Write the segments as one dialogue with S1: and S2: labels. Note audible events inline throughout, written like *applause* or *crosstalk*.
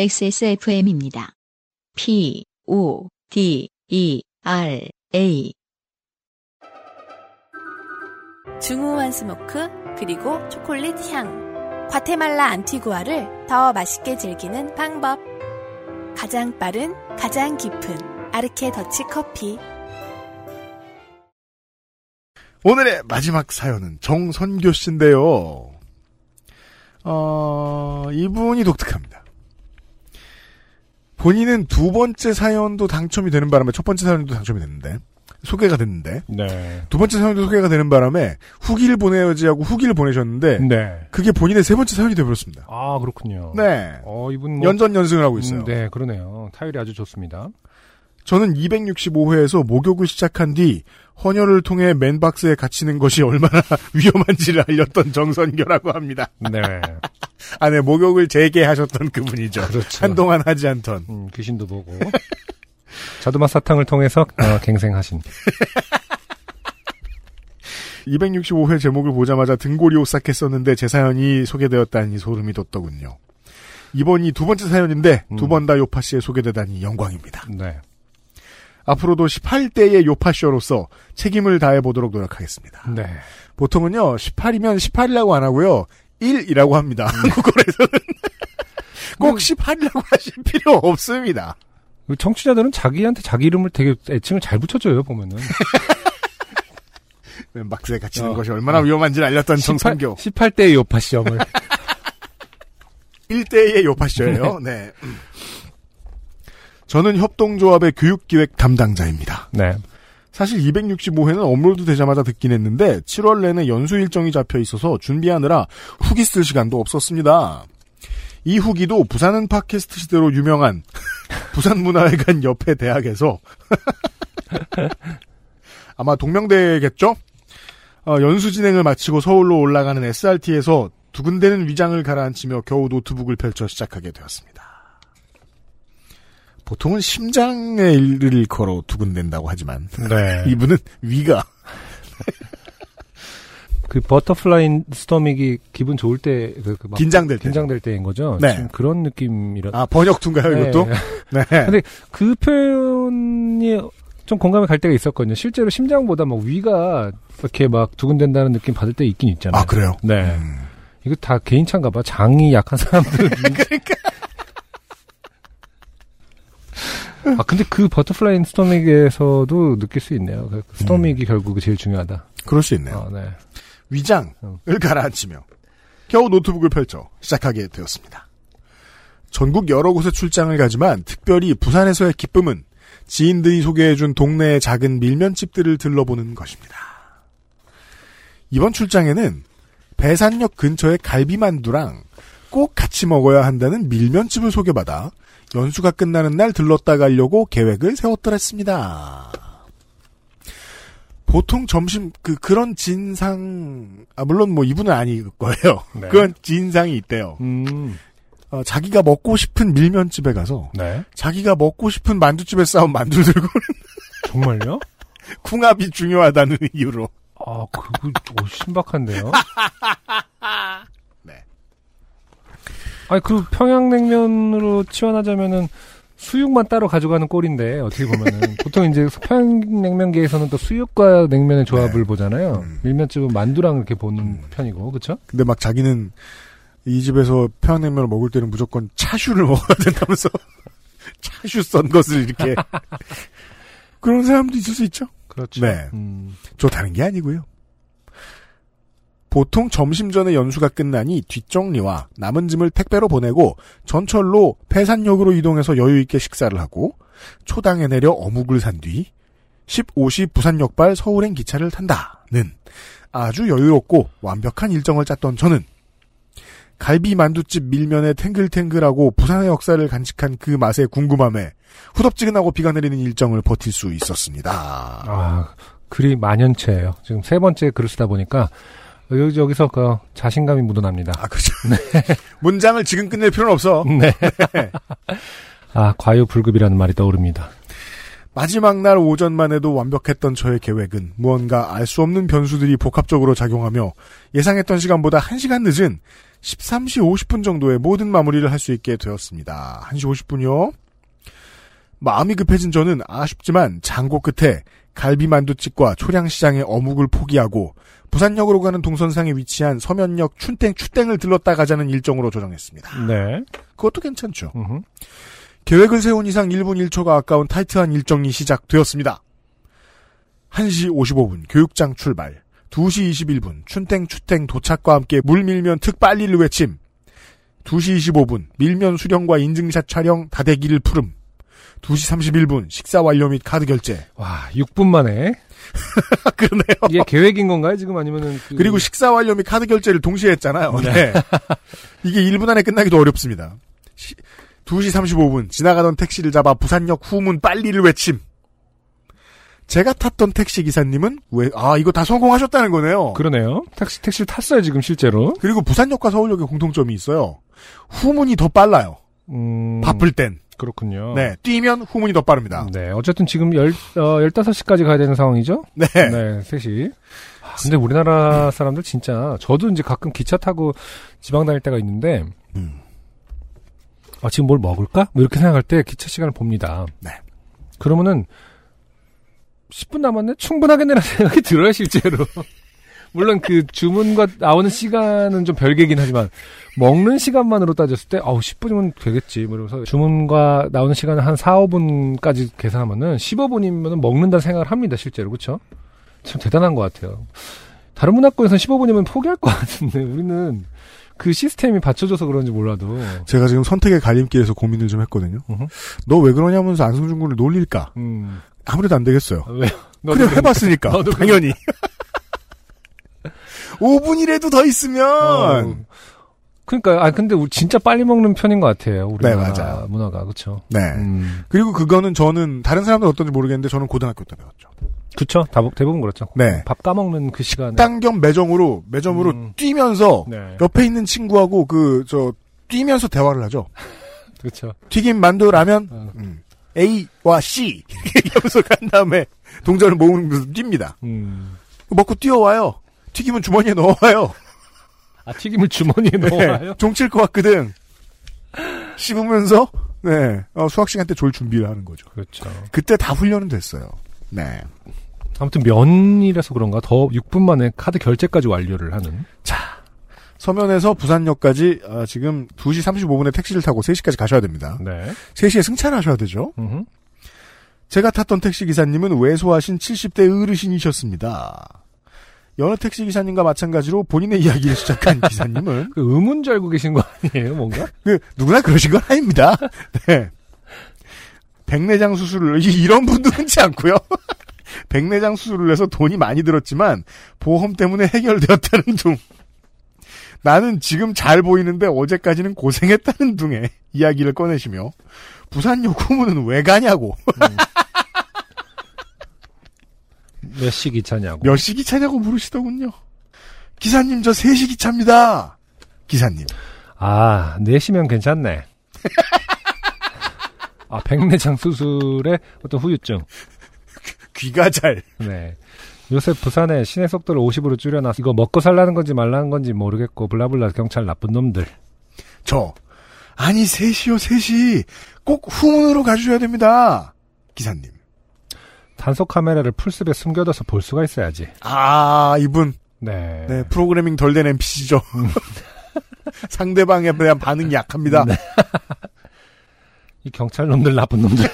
S1: XSFM입니다. P, O, D, E, R, A.
S2: 중후한 스모크 그리고 초콜릿 향. 과테말라 안티구아를 더 맛있게 즐기는 방법. 가장 빠른, 가장 깊은 아르케 더치 커피.
S3: 오늘의 마지막 사연은 정선교 씨인데요. 어, 이분이 독특합니다. 본인은 두 번째 사연도 당첨이 되는 바람에 첫 번째 사연도 당첨이 됐는데 소개가 됐는데
S4: 네.
S3: 두 번째 사연도 소개가 되는 바람에 후기를 보내야지 하고 후기를 보내셨는데
S4: 네.
S3: 그게 본인의 세 번째 사연이 되버렸습니다.
S4: 아, 그렇군요.
S3: 네.
S4: 어, 이분 뭐.
S3: 연전 연승을 하고 있어요.
S4: 음, 네, 그러네요. 타율이 아주 좋습니다.
S3: 저는 265회에서 목욕을 시작한 뒤 헌혈을 통해 맨박스에 갇히는 것이 얼마나 *laughs* 위험한지를 알렸던 정선교라고 합니다. *laughs*
S4: 네.
S3: 아, 네, 목욕을 재개하셨던 그분이죠.
S4: 그렇죠.
S3: 한동안 하지 않던.
S4: 음, 귀신도 보고. 자두맛 사탕을 통해서 어, 갱생하신.
S3: 265회 제목을 보자마자 등골이 오싹했었는데 제 사연이 소개되었다니 소름이 돋더군요. 이번이 두 번째 사연인데 두 번 다 요파 씨에 소개되다니 영광입니다.
S4: 네.
S3: 앞으로도 18대의 요파 쇼로서 책임을 다해 보도록 노력하겠습니다.
S4: 네.
S3: 보통은요 18이면 18이라고 안 하고요 1이라고 합니다. 한국어에서는 꼭 18이라고 하실 필요 없습니다.
S4: 그 청취자들은 자기한테 자기 이름을 되게 애칭을 잘 붙여줘요,
S3: *laughs*
S4: 보면은.
S3: 네, 막스에 갇히는
S4: 어.
S3: 것이 얼마나 위험한지를 알렸던 정선교
S4: 18대
S3: *laughs*
S4: 요파 시험을.
S3: 1대의 요파쇼예요. 네. 저는 협동조합의 교육기획 담당자입니다.
S4: 네.
S3: 사실 265회는 업로드 되자마자 듣긴 했는데 7월 내내 연수 일정이 잡혀 있어서 준비하느라 후기 쓸 시간도 없었습니다. 이 후기도 부산은 팟캐스트 시대로 유명한 *laughs* 부산문화회관 옆에 대학에서 *laughs* 아마 동명대겠죠? 어, 연수 진행을 마치고 서울로 올라가는 SRT에서 두근대는 위장을 가라앉히며 겨우 노트북을 펼쳐 시작하게 되었습니다. 보통은 심장의 일을 일컬어 두근댄다고 하지만
S4: 네.
S3: *laughs* 이분은 위가
S4: 그 버터플라이 스토믹이 기분 좋을 때, 그, 그 막,
S3: 긴장될 때.
S4: 긴장될 때인 거죠?
S3: 네.
S4: 지금 그런 느낌이라.
S3: 아 번역투인가요 이것도?
S4: *laughs* 네.
S3: 네.
S4: 근데 그 표현이 좀 공감이 갈 때가 있었거든요. 실제로 심장보다 막 위가 이렇게 막 두근댄다는 느낌 받을 때 있긴 있잖아요.
S3: 아 그래요?
S4: 네. 이거 다 개인 차인가 봐. 장이 약한 사람들. 그러니까. 아 근데 그 버터플라이 스토믹에서도 느낄 수 있네요. 그 스토믹이 결국 제일 중요하다.
S3: 그럴 수 있네요.
S4: 어, 네. 어.
S3: 위장을 가라앉히며 겨우 노트북을 펼쳐 시작하게 되었습니다. 전국 여러 곳에 출장을 가지만 특별히 부산에서의 기쁨은 지인들이 소개해준 동네의 작은 밀면집들을 들러보는 것입니다. 이번 출장에는 배산역 근처의 갈비만두랑 꼭 같이 먹어야 한다는 밀면집을 소개받아 연수가 끝나는 날 들렀다 가려고 계획을 세웠더랬습니다. 보통 점심 그 그런 진상 아 물론 뭐 이분은 아닐 거예요.
S4: 네.
S3: 그런 진상이 있대요.
S4: 음.
S3: 어, 자기가 먹고 싶은 밀면집에 가서
S4: 네.
S3: 자기가 먹고 싶은 만두집에 싸운 만두 들고
S4: 정말요?
S3: *laughs* 궁합이 중요하다는 이유로
S4: 아 그거 좀 신박한데요.
S3: *laughs* 네.
S4: 아니 그 평양냉면으로 치환하자면은 수육만 따로 가져가는 꼴인데 어떻게
S3: *laughs*
S4: 보면은 보통 이제 평양냉면계에서는 또 수육과
S3: 네.
S4: 냉면의 조합을 보잖아요.
S3: 음.
S4: 밀면집은 만두랑 이렇게 보는 편이고 그렇죠?
S3: 근데 막 자기는 이 집에서 평양냉면을 먹을 때는 무조건 차슈를 *laughs* 먹어야 된다면서 차슈 썬 것을 이렇게 그런 사람도 있을 수 있죠.
S4: 그렇죠.
S3: 네.
S4: 음,
S3: 좋다는 게 아니고요. 보통 점심 전에 연수가 끝나니 뒷정리와 남은 짐을 택배로 보내고 전철로 폐산역으로 이동해서 여유 있게 식사를 하고 초당에 내려 어묵을 산 뒤 15시 부산역발 서울행 기차를 탄다는 아주 여유롭고 완벽한 일정을 짰던 저는 갈비 만두집 밀면에 탱글탱글하고 부산의 역사를 간직한 그 맛에 궁금함에 후덥지근하고 비가 내리는 일정을 버틸 수 있었습니다.
S4: 아 글이 만연체예요. 지금 세 번째 글을 쓰다 보니까 여기 여기서 그 자신감이 묻어납니다.
S3: 아, 그죠. *laughs* 문장을 지금 끝낼 필요는 없어.
S4: 네. 아 과유불급이라는 말이 떠오릅니다.
S3: 마지막 날 오전만 해도 완벽했던 저의 계획은 무언가 알 수 없는 변수들이 복합적으로 작용하며 예상했던 시간보다 1시간 늦은 13시 50분 정도에 모든 마무리를 할 수 있게 되었습니다. 1시 50분이요. 마음이 급해진 저는 아쉽지만 장고 끝에 갈비만두집과 초량시장의 어묵을 포기하고 부산역으로 가는 동선상에 위치한 서면역 춘땡 추땡을 들렀다 가자는 일정으로 조정했습니다.
S4: 네.
S3: 그것도 괜찮죠.
S4: 음흠.
S3: 계획을 세운 이상 1분 1초가 아까운 타이트한 일정이 시작되었습니다. 1시 55분 교육장 출발, 2시 21분 춘땡 추땡 도착과 함께 물 밀면 특 빨리를 외침, 2시 25분 밀면 수령과 인증샷 촬영 다대기를 푸름, 2시 31분 식사 완료 및 카드 결제.
S4: 와, 6분 만에.
S3: 아, 그러네요. *laughs*
S4: 이게 계획인 건가요? 지금 아니면은. 그-
S3: 그리고 식사 완료 및 카드 결제를 동시에 했잖아요. 음. *laughs* 네. 이게 1분 안에 끝나기도 어렵습니다. 시- 2시 35분 지나가던 택시를 잡아 부산역 후문 빨리를 외침. 제가 탔던 택시 기사님은 왜 아 이거 다 성공하셨다는 거네요.
S4: 그러네요. 택시, 택시를 탔어요, 지금 실제로.
S3: 그, 리고 부산역과 서울역의 공통점이 있어요. 후문이 더 빨라요.
S4: 음.
S3: 바쁠 땐.
S4: 그렇군요.
S3: 네. 뛰면 후문이 더 빠릅니다.
S4: 네. 어쨌든 지금 열, 어, 15시까지 가야 되는 상황이죠?
S3: 네.
S4: 네, 셋이. 아, 근데 우리나라 사람들 진짜, 저도 이제 가끔 기차 타고 지방 다닐 때가 있는데,
S3: 음.
S4: 아, 지금 뭘 먹을까? 뭐 이렇게 생각할 때 기차 시간을 봅니다.
S3: 네.
S4: 그러면은, 10분 남았네? 충분하겠네라는 생각이 들어요, 실제로. *laughs* 물론 그 주문과 나오는 시간은 좀 별개긴 하지만, 먹는 시간만으로 따졌을 때, 아우, 10분이면 되겠지. 뭐 이러면서 주문과 나오는 시간을 한 4, 5분까지 계산하면은 15분이면 먹는다 생각을 합니다, 실제로. 그쵸? 참 대단한 것 같아요. 다른 문화권에서 15분이면 포기할 것 같은데, 우리는 그 시스템이 받쳐줘서 그런지 몰라도.
S3: 제가 지금 선택의 갈림길에서 고민을 좀 했거든요.
S4: 음흠.
S3: 너 왜 그러냐면서 안승준 군을 놀릴까?
S4: 음.
S3: 아무래도 안 되겠어요.
S4: 아, *laughs* 왜?
S3: 그러니까. 그래 *laughs* 해봤으니까
S4: 너도
S3: 당연히 5분이라도 더
S4: 아.
S3: 있으면
S4: 어. 그러니까 아 근데 우리 진짜 빨리 먹는 편인 것 같아요. 우리
S3: 네,
S4: 나라
S3: 맞아요.
S4: 문화가 그렇죠.
S3: 네
S4: 음.
S3: 그리고 그거는 저는 다른 사람들 어떤지 모르겠는데 저는 고등학교 때 배웠죠
S4: 그렇죠. 대부분 그렇죠.
S3: 네
S4: 밥 까먹는 그 시간에.
S3: 식당 겸 매점으로 매점으로
S4: 음.
S3: 뛰면서
S4: 네.
S3: 옆에 있는 친구하고 그 저 뛰면서 대화를 하죠
S4: 그렇죠.
S3: 튀김 만두 라면
S4: 어.
S3: 음. A와 C 이러면서 간 다음에 동전을 모으면서 뜁니다
S4: 음.
S3: 먹고 뛰어와요 튀김은 주머니에 넣어와요
S4: 아 튀김을 주머니에 넣어요.
S3: 종칠 것 같거든. 씹으면서 네 어, 수학 시간 때 졸 준비를 하는 거죠.
S4: 그렇죠.
S3: 그때 다 훈련은 됐어요. 네.
S4: 아무튼 면이라서 그런가 더 6분 만에 카드 결제까지 완료를 하는.
S3: 서면에서 부산역까지 아, 지금 2시 35분에 택시를 타고 3시까지 가셔야 됩니다.
S4: 네.
S3: 3시에 승차하셔야 되죠.
S4: 음흠.
S3: 제가 탔던 택시 기사님은 외소하신 70대 어르신이셨습니다. 여느 택시 기사님과 마찬가지로 본인의 *laughs* 이야기를 시작한 기사님은
S4: 그 의문지 알고 계신 거 아니에요, 뭔가?
S3: 그 누구나 그러신 건 아닙니다. *laughs* 네. 백내장 수술을 이- 이런 분도 흔치 않고요. *laughs* 백내장 수술을 해서 돈이 많이 들었지만 보험 때문에 해결되었다는 둥. 나는 지금 잘 보이는데 어제까지는 고생했다는 둥에 이야기를 꺼내시며 부산 요구문은 왜 가냐고
S4: *laughs*
S3: *laughs*
S4: 몇 시 기차냐고.
S3: 몇 시 기차냐고 물으시더군요. 기사님 저 3시 기차입니다. 기사님.
S4: 아, 4시면 괜찮네. 아, 백내장 수술의 어떤 후유증.
S3: 귀가 잘.
S4: 네. 요새 부산에 시내 속도를 50으로 줄여놔서 이거 먹고 살라는 건지 말라는 건지 모르겠고 블라블라 경찰 나쁜 놈들.
S3: 저. 아니, 셋이요, 셋이. 꼭 후문으로 가주셔야 됩니다. 기사님.
S4: 단속 카메라를 풀숲에 숨겨둬서 볼 수가 있어야지.
S3: 아, 이분.
S4: 네.
S3: 네, 프로그래밍 덜 된 *laughs* NPC죠. 상대방에 대한 반응이 약합니다.
S4: 이 경찰 놈들 나쁜 놈들.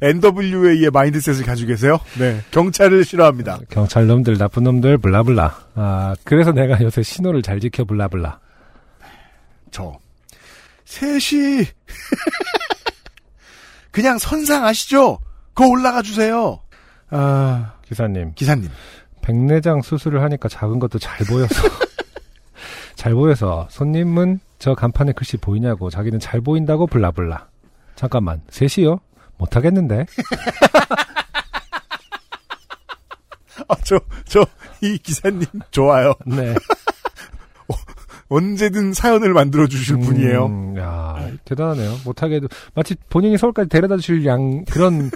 S3: NWA의 마인드셋을 가지고 계세요? 네. 경찰을 싫어합니다.
S4: 경찰 놈들 나쁜 놈들 블라블라. 아, 그래서 내가 요새 신호를 잘 지켜 블라블라.
S3: 저. 셋이. *laughs* 그냥 선상 아시죠? 그거 올라가 주세요. 아,
S4: 기사님.
S3: 기사님.
S4: 백내장 수술을 하니까 작은 것도 잘 보여서 *laughs* 잘 보여서 손님은 저 간판에 글씨 보이냐고 자기는 잘 보인다고 블라블라 잠깐만 셋이요 못하겠는데
S3: 아, 저, 저, 이 기사님 좋아요.
S4: 네
S3: 언제든 사연을 만들어 주실 분이에요.
S4: 음, 야 대단하네요 못하게도 마치 본인이 서울까지 데려다 주실 양 그런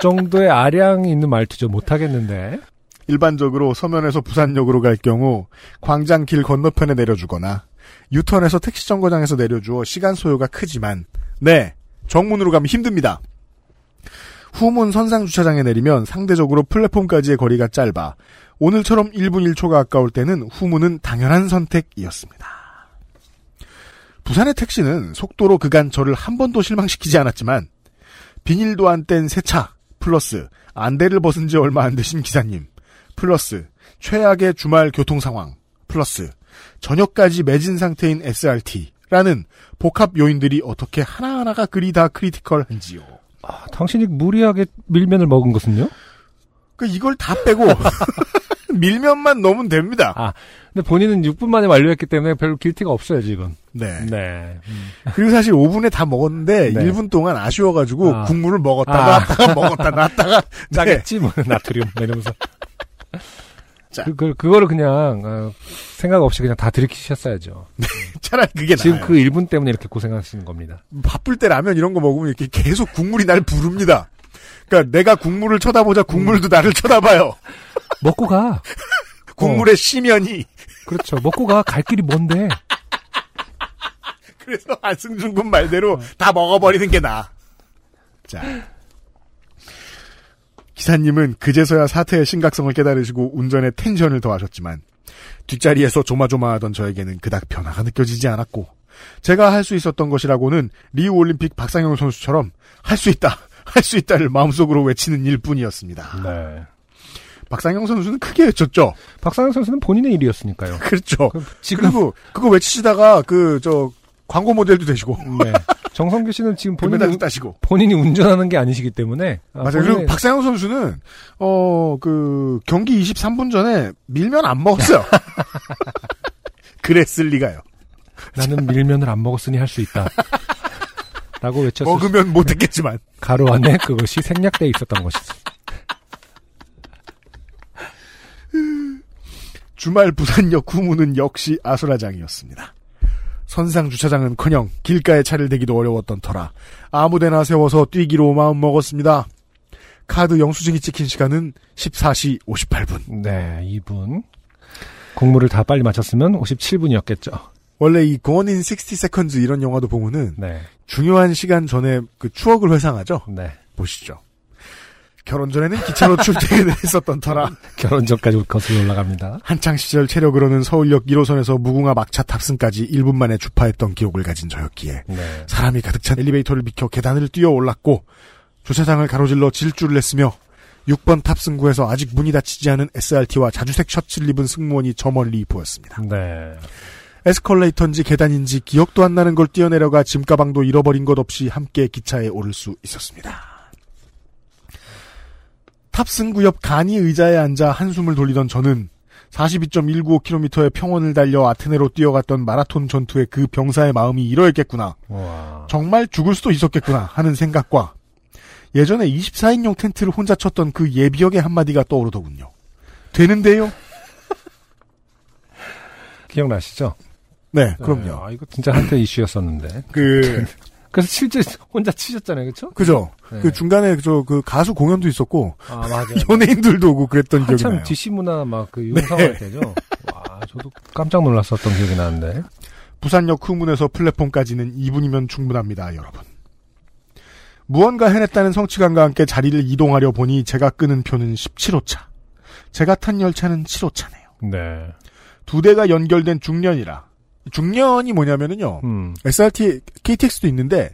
S4: 정도의 아량이 있는 말투죠 못하겠는데
S3: 일반적으로 서면에서 부산역으로 갈 경우 광장길 건너편에 내려주거나 유턴에서 택시 정거장에서 내려주어 시간 소요가 크지만 네 정문으로 가면 힘듭니다. 후문 선상 주차장에 내리면 상대적으로 플랫폼까지의 거리가 짧아 오늘처럼 1분 1초가 아까울 때는 후문은 당연한 선택이었습니다. 부산의 택시는 속도로 그간 저를 한 번도 실망시키지 않았지만 비닐도 안 뗀 세차 플러스 안대를 벗은 지 얼마 안 되신 기사님 플러스 최악의 주말 교통 상황 플러스 저녁까지 매진 상태인 SRT라는 복합 요인들이 어떻게 하나하나가 그리 다 크리티컬한지요.
S4: 아, 당신이 무리하게 밀면을 먹은 것은요?
S3: 그 이걸 다 빼고 *laughs* 밀면만 넣으면 됩니다.
S4: 아. 근데 본인은 6분 만에 완료했기 때문에 별로 길티가 없어요, 지금.
S3: 네.
S4: 네. 음.
S3: 그리고 사실 5분에 다 먹었는데
S4: 네.
S3: 1분 동안 아쉬워가지고
S4: 아.
S3: 국물을 먹었다가
S4: 아.
S3: 놨다가 *laughs* 먹었다 놨다가 네.
S4: *laughs* 짜겠지, 뭐, 나트륨, 막 이러면서.
S3: *laughs* 자.
S4: 그, 그, 그거를 그냥, 어, 생각 없이 그냥 다 들이키셨어야죠.
S3: 차라리 그게
S4: 지금
S3: 나아요.
S4: 그 1분 때문에 이렇게 고생하시는 겁니다.
S3: 바쁠 때 라면 이런 거 먹으면 이렇게 계속 국물이 날 부릅니다. 그러니까 내가 국물을 쳐다보자 국물도 나를
S4: 어.
S3: 쳐다봐요.
S4: 먹고 가.
S3: 국물의 심연이
S4: 그렇죠. 먹고 가. 갈 길이 뭔데.
S3: 그래서 *laughs* 안승준 군 말대로 다 먹어버리는 게 나아. 자. 기사님은 그제서야 사태의 심각성을 깨달으시고 운전에 텐션을 더하셨지만 뒷자리에서 조마조마하던 저에게는 그닥 변화가 느껴지지 않았고 제가 할 수 있었던 것이라고는 리우 올림픽 박상영 선수처럼 할 수 있다, *laughs* 할 수 있다를 마음속으로 외치는 일뿐이었습니다.
S4: 네.
S3: 박상영 선수는 크게 외쳤죠. *laughs*
S4: 박상현 선수는 본인의 일이었으니까요.
S3: 그렇죠.
S4: 그, 지금,
S3: 그리고 그거 외치시다가 그 저 광고 모델도 되시고
S4: 네. *laughs* 정성규 씨는 지금 본인이,
S3: 금메달도
S4: 운-
S3: 따시고
S4: 본인이 운전하는 게 아니시기 때문에. 아,
S3: 맞아요.
S4: 본인의-
S3: 그리고 박상현 선수는 어 그 경기 23분 전에 밀면 안
S4: *laughs*
S3: 먹었어요. 그랬을 리가요.
S4: 나는 밀면을 안 먹었으니 할
S3: *laughs*
S4: 수 있다. 라고 외쳤을 수
S3: 먹으면 못했겠지만
S4: 가로 안에 그것이 생략돼 있었던 것이죠.
S3: 주말 부산역 후문은 역시 아수라장이었습니다. 선상 주차장은커녕 길가에 차를 대기도 어려웠던 터라 아무데나 세워서 뛰기로 마음 먹었습니다. 카드 영수증이 찍힌 시간은 14시 58분.
S4: 네, 이분. 공물을 다 빨리 마쳤으면 57분이었겠죠.
S3: 원래 이 고원인 60 seconds 이런 영화도 보면은
S4: 네,
S3: 중요한 시간 전에 그 추억을 회상하죠.
S4: 네. *laughs*
S3: 보시죠. 결혼 전에는 기차로 출퇴근을 *laughs* 했었던 터라
S4: 결혼 전까지 거슬러 올라갑니다.
S3: 한창 시절 체력으로는 서울역 1호선에서 무궁화 막차 탑승까지 1분 만에 주파했던 기록을 가진 저였기에
S4: 네.
S3: 사람이 가득 찬 엘리베이터를 비켜 계단을 뛰어 올랐고 주차장을 가로질러 질주를 했으며 6번 탑승구에서 아직 문이 닫히지 않은 SRT와 자주색 셔츠를 입은 승무원이 저 멀리 보였습니다.
S4: 네.
S3: 에스컬레이터인지 계단인지 기억도 안 나는 걸 뛰어내려가 짐 가방도 잃어버린 것 없이 함께 기차에 오를 수 있었습니다. 탑승구 옆 간이 의자에 앉아 한숨을 돌리던 저는 42.195km의 평원을 달려 아테네로 뛰어갔던 마라톤 전투의 그 병사의 마음이 이러했겠구나.
S4: 와.
S3: 정말 죽을 수도 있었겠구나 하는 생각과 예전에 24인용 텐트를 혼자 쳤던 그 예비역의 한마디가 떠오르더군요. 되는데요?
S4: 기억나시죠?
S3: 네, 그럼요.
S4: 네, 아, 네. 이거 진짜 한때 이슈였었는데.
S3: 그,
S4: 그래서 실제 혼자 치셨잖아요, 그쵸?
S3: 그죠?
S4: 네.
S3: 그 중간에 저 그 가수 공연도 있었고 *laughs*
S4: 아, 맞아요.
S3: 연예인들도 오고 그랬던 기억이
S4: 한참
S3: 나요. 네.
S4: DC 문화 막 그 유행성할 때죠. 와, 저도 깜짝 놀랐었던 기억이 나는데.
S3: 부산역 후문에서 플랫폼까지는 2분이면 충분합니다, 여러분. 무언가 해냈다는 성취감과 함께 자리를 이동하려 보니 제가 끄는 표는 17호차. 제가 탄 열차는 7호차네요.
S4: 네.
S3: 두 대가 연결된 중년이라. 중년이 뭐냐면은요.
S4: 음.
S3: SRT, KTX도 있는데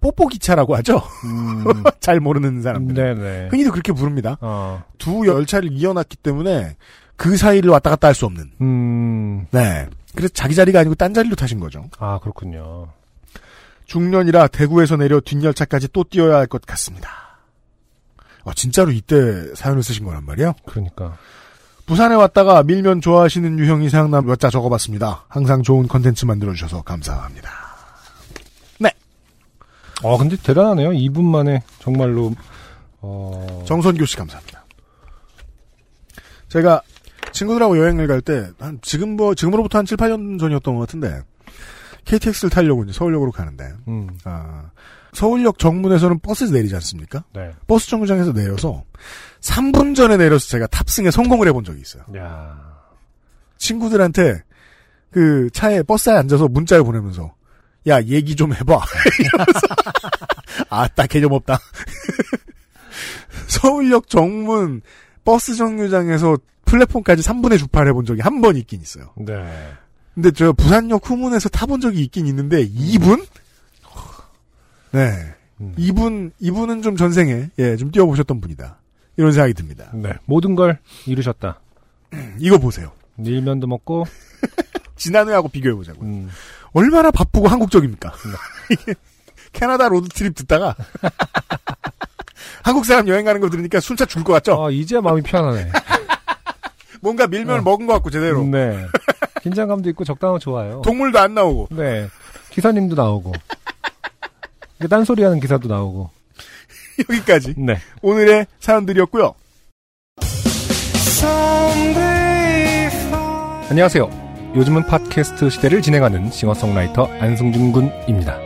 S3: 뽀뽀 기차라고 하죠.
S4: 음.
S3: *laughs* 잘 모르는 사람들.
S4: 네네.
S3: 흔히도 그렇게 부릅니다.
S4: 어.
S3: 두 열차를 이어놨기 때문에 그 사이를 왔다 갔다 할 수 없는.
S4: 음.
S3: 네. 그래서 자기 자리가 아니고 딴 자리로 타신 거죠.
S4: 아, 그렇군요.
S3: 중년이라 대구에서 내려 뒷열차까지 또 뛰어야 할 것 같습니다. 아, 진짜로 이때 사연을 쓰신 거란 말이에요?
S4: 그러니까.
S3: 부산에 왔다가 밀면 좋아하시는 유형이 생각나면 몇자 적어봤습니다. 항상 좋은 컨텐츠 만들어주셔서 감사합니다.
S4: 아, 근데 대단하네요. 2분 만에 정말로 어
S3: 정선교 씨 감사합니다. 제가 친구들하고 여행을 갈 때, 한, 지금 뭐, 지금으로부터 한 7, 8년 전이었던 것 같은데, KTX를 타려고 이제 서울역으로 가는데,
S4: 음.
S3: 아, 서울역 정문에서는 버스 내리지 않습니까?
S4: 네.
S3: 버스 정류장에서 내려서 3분 전에 내려서 제가 탑승에 성공을 해본 적이 있어요.
S4: 야.
S3: 친구들한테 그 차에 버스에 앉아서 문자를 보내면서 야 얘기 좀 해봐. *laughs* 아따 개념 없다. *laughs* 서울역 정문 버스 정류장에서 플랫폼까지 3분의 주파를 해본 적이 한 번 있긴 있어요.
S4: 네.
S3: 근데 저 부산역 후문에서 타본 적이 있긴 있는데 2분? 네.
S4: 음.
S3: 이분 이분은 좀 전생에 예 좀 뛰어보셨던 분이다. 이런 생각이 듭니다.
S4: 네. 모든 걸 이루셨다. 음.
S3: 이거 보세요.
S4: 일면도 먹고
S3: 지난해하고 비교해 보자고. 요
S4: 음.
S3: 얼마나 바쁘고 한국적입니까? 이게 캐나다 로드트립
S4: *laughs*
S3: 듣다가 한국 사람 여행 가는 거 들으니까 순차 줄 것 같죠?
S4: 아, 이제 마음이 편하네.
S3: 뭔가 밀면을
S4: 어.
S3: 먹은 것 같고 제대로
S4: 네. 긴장감도 있고 적당하고 좋아요.
S3: 동물도 안 나오고 *laughs*
S4: 네. 기사님도 나오고. 이게 딴소리 하는 기사도 나오고.
S3: 여기까지
S4: 네.
S3: 오늘의 사연들이었고요.
S4: 안녕하세요. 요즘은 팟캐스트 시대를 진행하는 싱어송라이터 안승준 군입니다.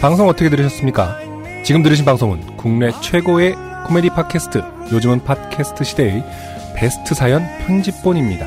S4: 방송 어떻게 들으셨습니까? 지금 들으신 방송은 국내 최고의 코미디 팟캐스트 요즘은 팟캐스트 시대의 베스트 사연 편집본입니다.